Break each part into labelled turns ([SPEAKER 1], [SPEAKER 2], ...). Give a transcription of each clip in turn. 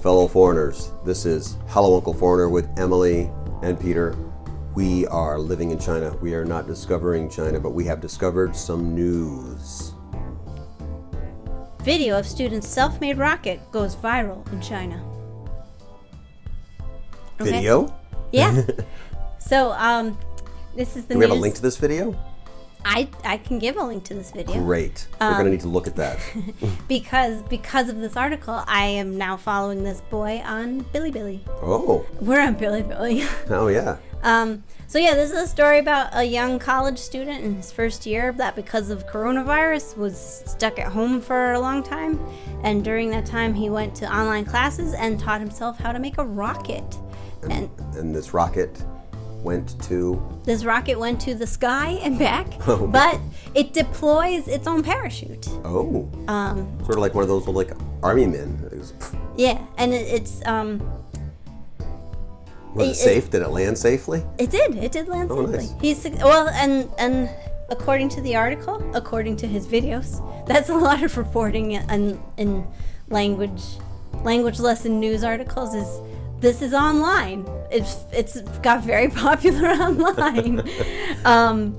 [SPEAKER 1] fellow foreigners. This is Hello Uncle Foreigner with Emily and Peter. We are living in China. We are not discovering China, but we have discovered some news.
[SPEAKER 2] Video of student's self made rocket goes viral in China. Okay?
[SPEAKER 1] Video?
[SPEAKER 2] Yeah. so, um, this is the
[SPEAKER 1] Do we
[SPEAKER 2] news.
[SPEAKER 1] have a link to this video?
[SPEAKER 2] I, I can give a link to this video.
[SPEAKER 1] Great. We're
[SPEAKER 2] Um,
[SPEAKER 1] going to need to look at that.
[SPEAKER 2] because because of this article, I am now following this boy on Bilibili.
[SPEAKER 1] Oh,
[SPEAKER 2] We're on Bilibili.
[SPEAKER 1] oh yeah.
[SPEAKER 2] um, so yeah, this is a story about a young college student in his first year that because of coronavirus was stuck at home for a long time, and during that time he went to online classes and taught himself how to make a rocket. And
[SPEAKER 1] And this rocket went to.
[SPEAKER 2] this rocket went to the sky and back,
[SPEAKER 1] Oh.
[SPEAKER 2] but it deploys its own parachute.
[SPEAKER 1] Oh. Um. Sort of like one of those little like army men. It was-
[SPEAKER 2] Yeah, and it, it's um,
[SPEAKER 1] Was it,
[SPEAKER 2] It- it-
[SPEAKER 1] safe? Did it land safely?
[SPEAKER 2] It did. It did land
[SPEAKER 1] Oh,
[SPEAKER 2] safely.
[SPEAKER 1] nice.
[SPEAKER 2] He's well, and and according to the article, according to his videos, that's a lot of reporting in, in language language lesson news articles. Is this is online? It's it's got very popular online. um,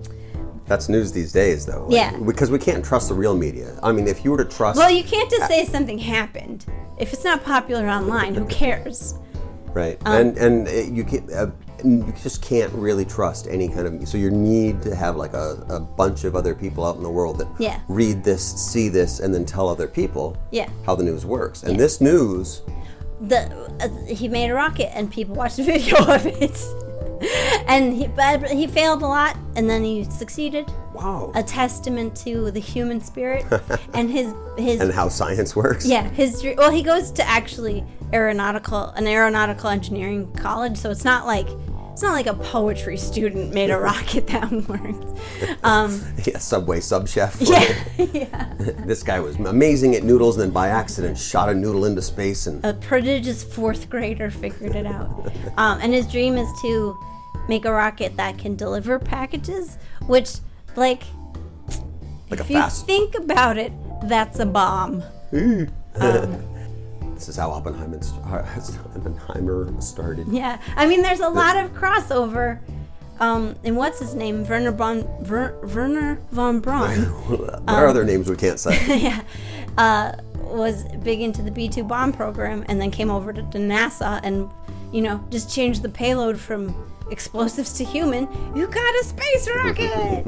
[SPEAKER 1] That's news these days, though. Like,
[SPEAKER 2] Yeah.
[SPEAKER 1] Because we can't trust the real media. I mean, if you were to trust.
[SPEAKER 2] well, you can't
[SPEAKER 1] Uh,
[SPEAKER 2] just say something happened if it's not popular online. Who cares?
[SPEAKER 1] Right.
[SPEAKER 2] Um,
[SPEAKER 1] and and uh, you can uh, you just can't really trust any kind of so you need to have like a, a bunch of other people out in the world that
[SPEAKER 2] Yeah.
[SPEAKER 1] read this, see this, and then tell other people
[SPEAKER 2] Yeah.
[SPEAKER 1] how the news works. And this news,
[SPEAKER 2] the uh, he made a rocket and people watched a video of it and he but he failed a lot and then he succeeded
[SPEAKER 1] wow,
[SPEAKER 2] a testament to the human spirit and his his
[SPEAKER 1] and how science works.
[SPEAKER 2] yeah his dr- well he goes to actually aeronautical an aeronautical engineering college so it's not like it's not like a poetry student made a rocket that works um
[SPEAKER 1] Yeah, Subway sub chef.
[SPEAKER 2] yeah
[SPEAKER 1] This guy was amazing at noodles, and then by accident shot a noodle into space and
[SPEAKER 2] a prodigious fourth grader figured it out. Um, and his dream is to make a rocket that can deliver packages, which, like,
[SPEAKER 1] like a
[SPEAKER 2] if you
[SPEAKER 1] fast.
[SPEAKER 2] think about it, that's a bomb.
[SPEAKER 1] This is how Oppenheimer Oppenheimer started.
[SPEAKER 2] Yeah. I mean, there's a lot of crossover. Um, and what's his name? Werner von, Ver, Werner von Braun
[SPEAKER 1] there are
[SPEAKER 2] Um,
[SPEAKER 1] other names we can't say.
[SPEAKER 2] uh, was big into the B 2 bomb program and then came over to, to NASA and, you know, just changed the payload from explosives to human. You got a space rocket!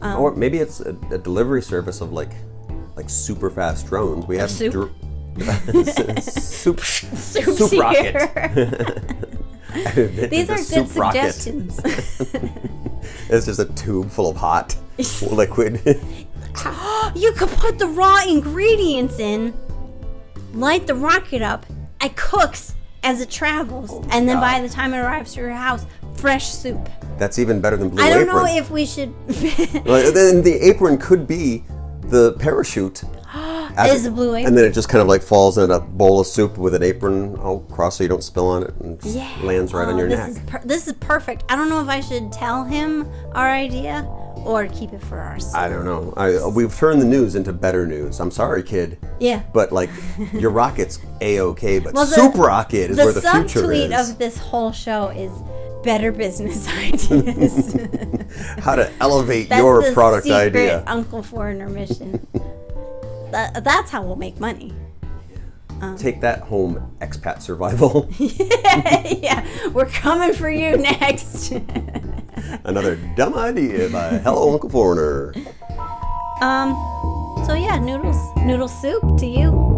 [SPEAKER 2] Um,
[SPEAKER 1] or maybe it's a, a delivery service of like like super fast drones. We have
[SPEAKER 2] soup?
[SPEAKER 1] dr- soup,
[SPEAKER 2] Soup's
[SPEAKER 1] soup rocket.
[SPEAKER 2] here. These
[SPEAKER 1] The
[SPEAKER 2] are good
[SPEAKER 1] soup rocket.
[SPEAKER 2] suggestions.
[SPEAKER 1] It's just a tube full of hot liquid.
[SPEAKER 2] you could put the raw ingredients in, light the rocket up, it cooks as it travels, and then by
[SPEAKER 1] Oh God.
[SPEAKER 2] the time it arrives to your house, fresh soup.
[SPEAKER 1] That's even better than blue
[SPEAKER 2] I don't
[SPEAKER 1] apron.
[SPEAKER 2] know if we should.
[SPEAKER 1] Like, then the apron could be the parachute. as
[SPEAKER 2] Is
[SPEAKER 1] it-
[SPEAKER 2] a blue
[SPEAKER 1] And then it just kind of like falls in a bowl of soup with an apron all across so you don't spill on it and just
[SPEAKER 2] Yeah.
[SPEAKER 1] lands right
[SPEAKER 2] Oh,
[SPEAKER 1] on your
[SPEAKER 2] this
[SPEAKER 1] neck.
[SPEAKER 2] Is per- this is perfect. I don't know if I should tell him our idea or keep it for ourselves.
[SPEAKER 1] I don't know. I, we've turned the news into better news. I'm sorry, kid.
[SPEAKER 2] Yeah.
[SPEAKER 1] But like, your rocket's a okay, but
[SPEAKER 2] Well, the-
[SPEAKER 1] soup rocket is
[SPEAKER 2] the
[SPEAKER 1] where the future
[SPEAKER 2] subtweet
[SPEAKER 1] is.
[SPEAKER 2] of this whole show is better business ideas.
[SPEAKER 1] How to elevate
[SPEAKER 2] That's
[SPEAKER 1] your
[SPEAKER 2] the
[SPEAKER 1] product
[SPEAKER 2] secret
[SPEAKER 1] idea.
[SPEAKER 2] Uncle Foreigner mission. that, that's how we'll make money. um,
[SPEAKER 1] Take that home, expat survival.
[SPEAKER 2] yeah, we're coming for you next.
[SPEAKER 1] Another dumb idea by Hello Uncle Foreigner.
[SPEAKER 2] um, so yeah, noodles, noodle soup to you.